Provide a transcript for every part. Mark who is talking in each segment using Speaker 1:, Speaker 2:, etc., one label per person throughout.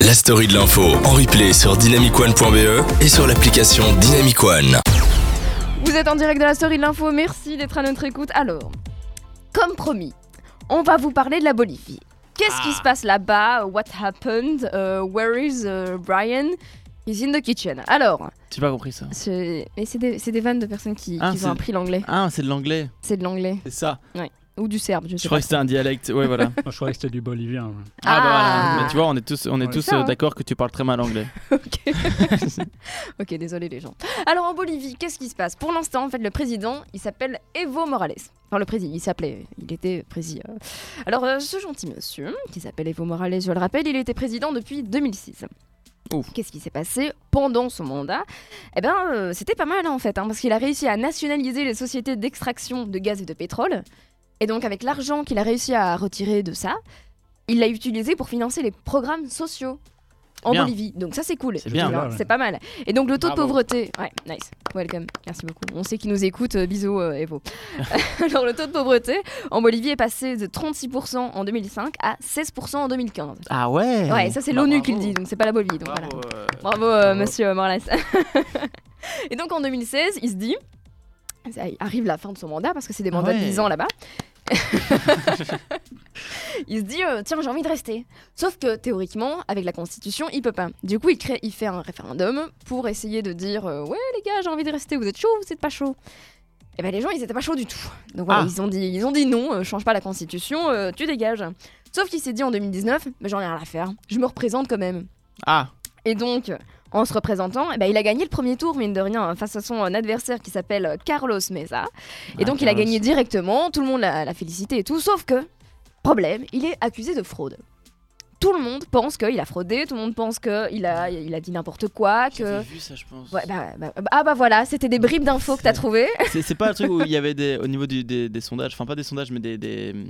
Speaker 1: la story de l'info en replay sur dynamicone.be E et sur l'application Dynamic One.
Speaker 2: Vous êtes en direct de la story de l'info, merci d'être à notre écoute. Alors, comme promis, on va vous parler de la Bolivie. Qu'est-ce
Speaker 3: Ah.
Speaker 2: qui se passe là-bas What happened Euh, Where is euh, Brian He's in the kitchen. Alors,
Speaker 3: J'ai pas compris ça.
Speaker 2: c'est mais c'est des, c'est des vannes de personnes qui,
Speaker 3: Ah,
Speaker 2: qui
Speaker 3: c'est-
Speaker 2: ont appris l'anglais.
Speaker 3: Ah, c'est de l'anglais.
Speaker 2: C'est de l'anglais.
Speaker 3: C'est ça.
Speaker 2: Ou du serbe, je sais
Speaker 3: Je crois
Speaker 2: pas.
Speaker 3: que c'était un dialecte. Ouais, voilà.
Speaker 4: Moi, je croyais que c'était du bolivien. ouais.
Speaker 3: Ah, bah voilà. Mais tu
Speaker 2: Ah.
Speaker 3: vois, on est tous, on est
Speaker 4: Ouais.
Speaker 3: tous
Speaker 2: Ça,
Speaker 3: euh,
Speaker 2: hein.
Speaker 3: d'accord que tu parles très mal anglais.
Speaker 2: Ok. ok, désolé les gens. Alors en Bolivie, qu'est-ce qui se passe Pour l'instant, en fait, le président, il s'appelle Evo Morales. Enfin, le président, il s'appelait, il était président. Alors, euh, ce gentil monsieur, qui s'appelle Evo Morales, je le rappelle, il était président depuis 2006.
Speaker 3: Ouf.
Speaker 2: Qu'est-ce qui s'est passé pendant son mandat Eh bien, c'était pas mal hein, en fait, hein, parce qu'il a réussi à nationaliser les sociétés d'extraction de gaz et de pétrole. Et donc, avec l'argent qu'il a réussi à retirer de ça, il l'a utilisé pour financer les programmes sociaux en
Speaker 3: Bien.
Speaker 2: Bolivie. Donc ça, c'est cool.
Speaker 3: C'est bien.
Speaker 2: Tu vois,
Speaker 4: Ouais, ouais.
Speaker 2: C'est pas mal. Et donc le taux de
Speaker 3: Bravo.
Speaker 2: pauvreté... Ouais, nice. Welcome. Merci beaucoup. On sait qui nous écoute. Euh, bisous, euh, Evo. Alors le taux de pauvreté en Bolivie est passé de 36% en 2005 à 16% en 2015.
Speaker 3: Ah ouais
Speaker 2: Ouais, ça c'est
Speaker 3: Bah,
Speaker 2: l'ONU
Speaker 3: bravo.
Speaker 2: qui le dit, donc c'est pas la Bolivie. Donc voilà.
Speaker 3: Bravo, euh,
Speaker 2: Bravo, euh,
Speaker 3: Bravo.
Speaker 2: monsieur Morales. et donc en 2016, il se dit, ça arrive la fin de son mandat parce que c'est des mandats
Speaker 3: Ah Ouais.
Speaker 2: de 10 ans là-bas. il se dit, euh, tiens, j'ai envie de rester. Sauf que théoriquement, avec la Constitution, il peut pas. Du coup, il, crée, il fait un référendum pour essayer de dire, euh, ouais les gars, j'ai envie de rester, vous êtes chaud, vous êtes pas chaud. Et ben les gens, ils étaient pas chauds du tout. Donc voilà,
Speaker 3: Ah.
Speaker 2: ils, ont dit, ils ont dit non, euh, change pas la Constitution, euh, tu dégages. Sauf qu'il s'est dit en 2019, mais j'en ai rien à faire, je me représente quand même.
Speaker 3: Ah,
Speaker 2: Et donc, en se représentant, eh ben, il a gagné le premier tour, mine de rien, face à son euh, adversaire qui s'appelle euh, Carlos Mesa. Et
Speaker 3: Ah,
Speaker 2: donc, il a
Speaker 3: Carlos.
Speaker 2: gagné directement, tout le monde l'a l'a félicité et tout, sauf que, problème, il est accusé de fraude. Tout le monde pense qu'il a fraudé, tout le monde pense qu'il a, il a dit n'importe quoi, que...
Speaker 3: vu ça, je pense.
Speaker 2: Ouais, bah, bah, ah bah voilà, c'était des bribes d'infos que t'as trouvées.
Speaker 3: C'est c'est pas un truc où il y avait des, au niveau du- des, des sondages, enfin pas des sondages, mais des, des, hum,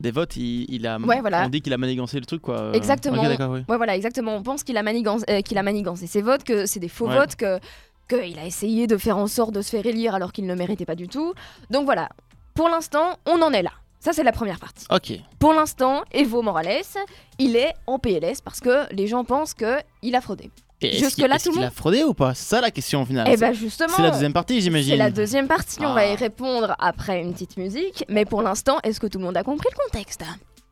Speaker 3: des votes, il, il a,
Speaker 2: Ouais, voilà.
Speaker 3: on dit qu'il a manigancé le truc quoi. euh.
Speaker 2: Exactement.
Speaker 3: Ok, d'accord, oui.
Speaker 2: Ouais, voilà, exactement. On pense qu'il a, manigan- euh, qu'il a manigancé ses votes, que c'est des faux
Speaker 3: Ouais.
Speaker 2: votes, que qu'il a essayé de faire en sorte de se faire élire alors qu'il ne le méritait pas du tout. Donc voilà, pour l'instant, on en est là. Ça, c'est la première partie.
Speaker 3: Ok.
Speaker 2: Pour l'instant, Evo Morales, il est en PLS parce que les gens pensent qu'il a fraudé.
Speaker 3: Et est-ce
Speaker 2: Jusque-là, tout
Speaker 3: qu'il-
Speaker 2: le
Speaker 3: est-ce qu'il
Speaker 2: monde-
Speaker 3: a fraudé ou pas C'est ça la question au final.
Speaker 2: Et
Speaker 3: Ah, C'est-
Speaker 2: ben justement,
Speaker 3: c'est la deuxième partie, j'imagine.
Speaker 2: c'est la deuxième partie. On
Speaker 3: Ah.
Speaker 2: va y répondre après une petite musique. Mais pour l'instant, est-ce que tout le monde a compris le contexte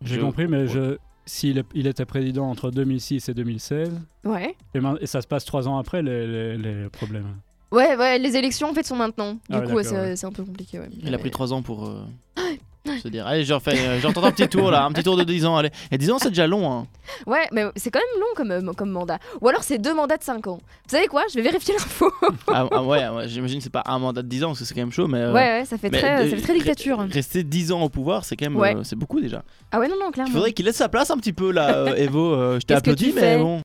Speaker 4: J'ai
Speaker 3: Je-
Speaker 4: compris, mais je... s'il est- il était président entre 2006 et 2016,
Speaker 2: Ouais.
Speaker 4: et, main- et ça se passe trois ans après les, les- les problèmes.
Speaker 2: Ouais, ouais, les élections en fait sont maintenant. Du
Speaker 4: Ah ouais,
Speaker 2: coup, ouais,
Speaker 4: d'accord,
Speaker 2: c'est
Speaker 4: ouais.
Speaker 2: c'est un peu compliqué. ouais.
Speaker 3: Il a
Speaker 2: Mais-
Speaker 3: pris 3 ans pour euh, se dire Allez, je refais, euh, je retente un petit tour là, un petit tour de 10 ans. Allez. Et 10 ans, c'est déjà long. Hein.
Speaker 2: Ouais, mais c'est quand même long comme, euh, comme mandat. Ou alors c'est deux mandats de 5 ans. Vous savez quoi Je vais vérifier l'info.
Speaker 3: Ah, ah, ouais, ouais, j'imagine que c'est pas un mandat de 10 ans parce que c'est quand même chaud. Mais, euh,
Speaker 2: ouais, ouais, ça fait
Speaker 3: mais,
Speaker 2: très,
Speaker 3: euh,
Speaker 2: ça fait très
Speaker 3: re-
Speaker 2: dictature.
Speaker 3: Rester 10 ans au pouvoir, c'est quand même
Speaker 2: Ouais.
Speaker 3: euh, c'est beaucoup déjà.
Speaker 2: Ah ouais, non, non,
Speaker 3: Il
Speaker 2: clairement.
Speaker 3: faudrait qu'il laisse sa place un petit peu là, euh, Evo. euh, je t'ai
Speaker 2: Qu'est-ce que
Speaker 3: applaudi,
Speaker 2: tu
Speaker 3: mais
Speaker 2: fais
Speaker 3: bon.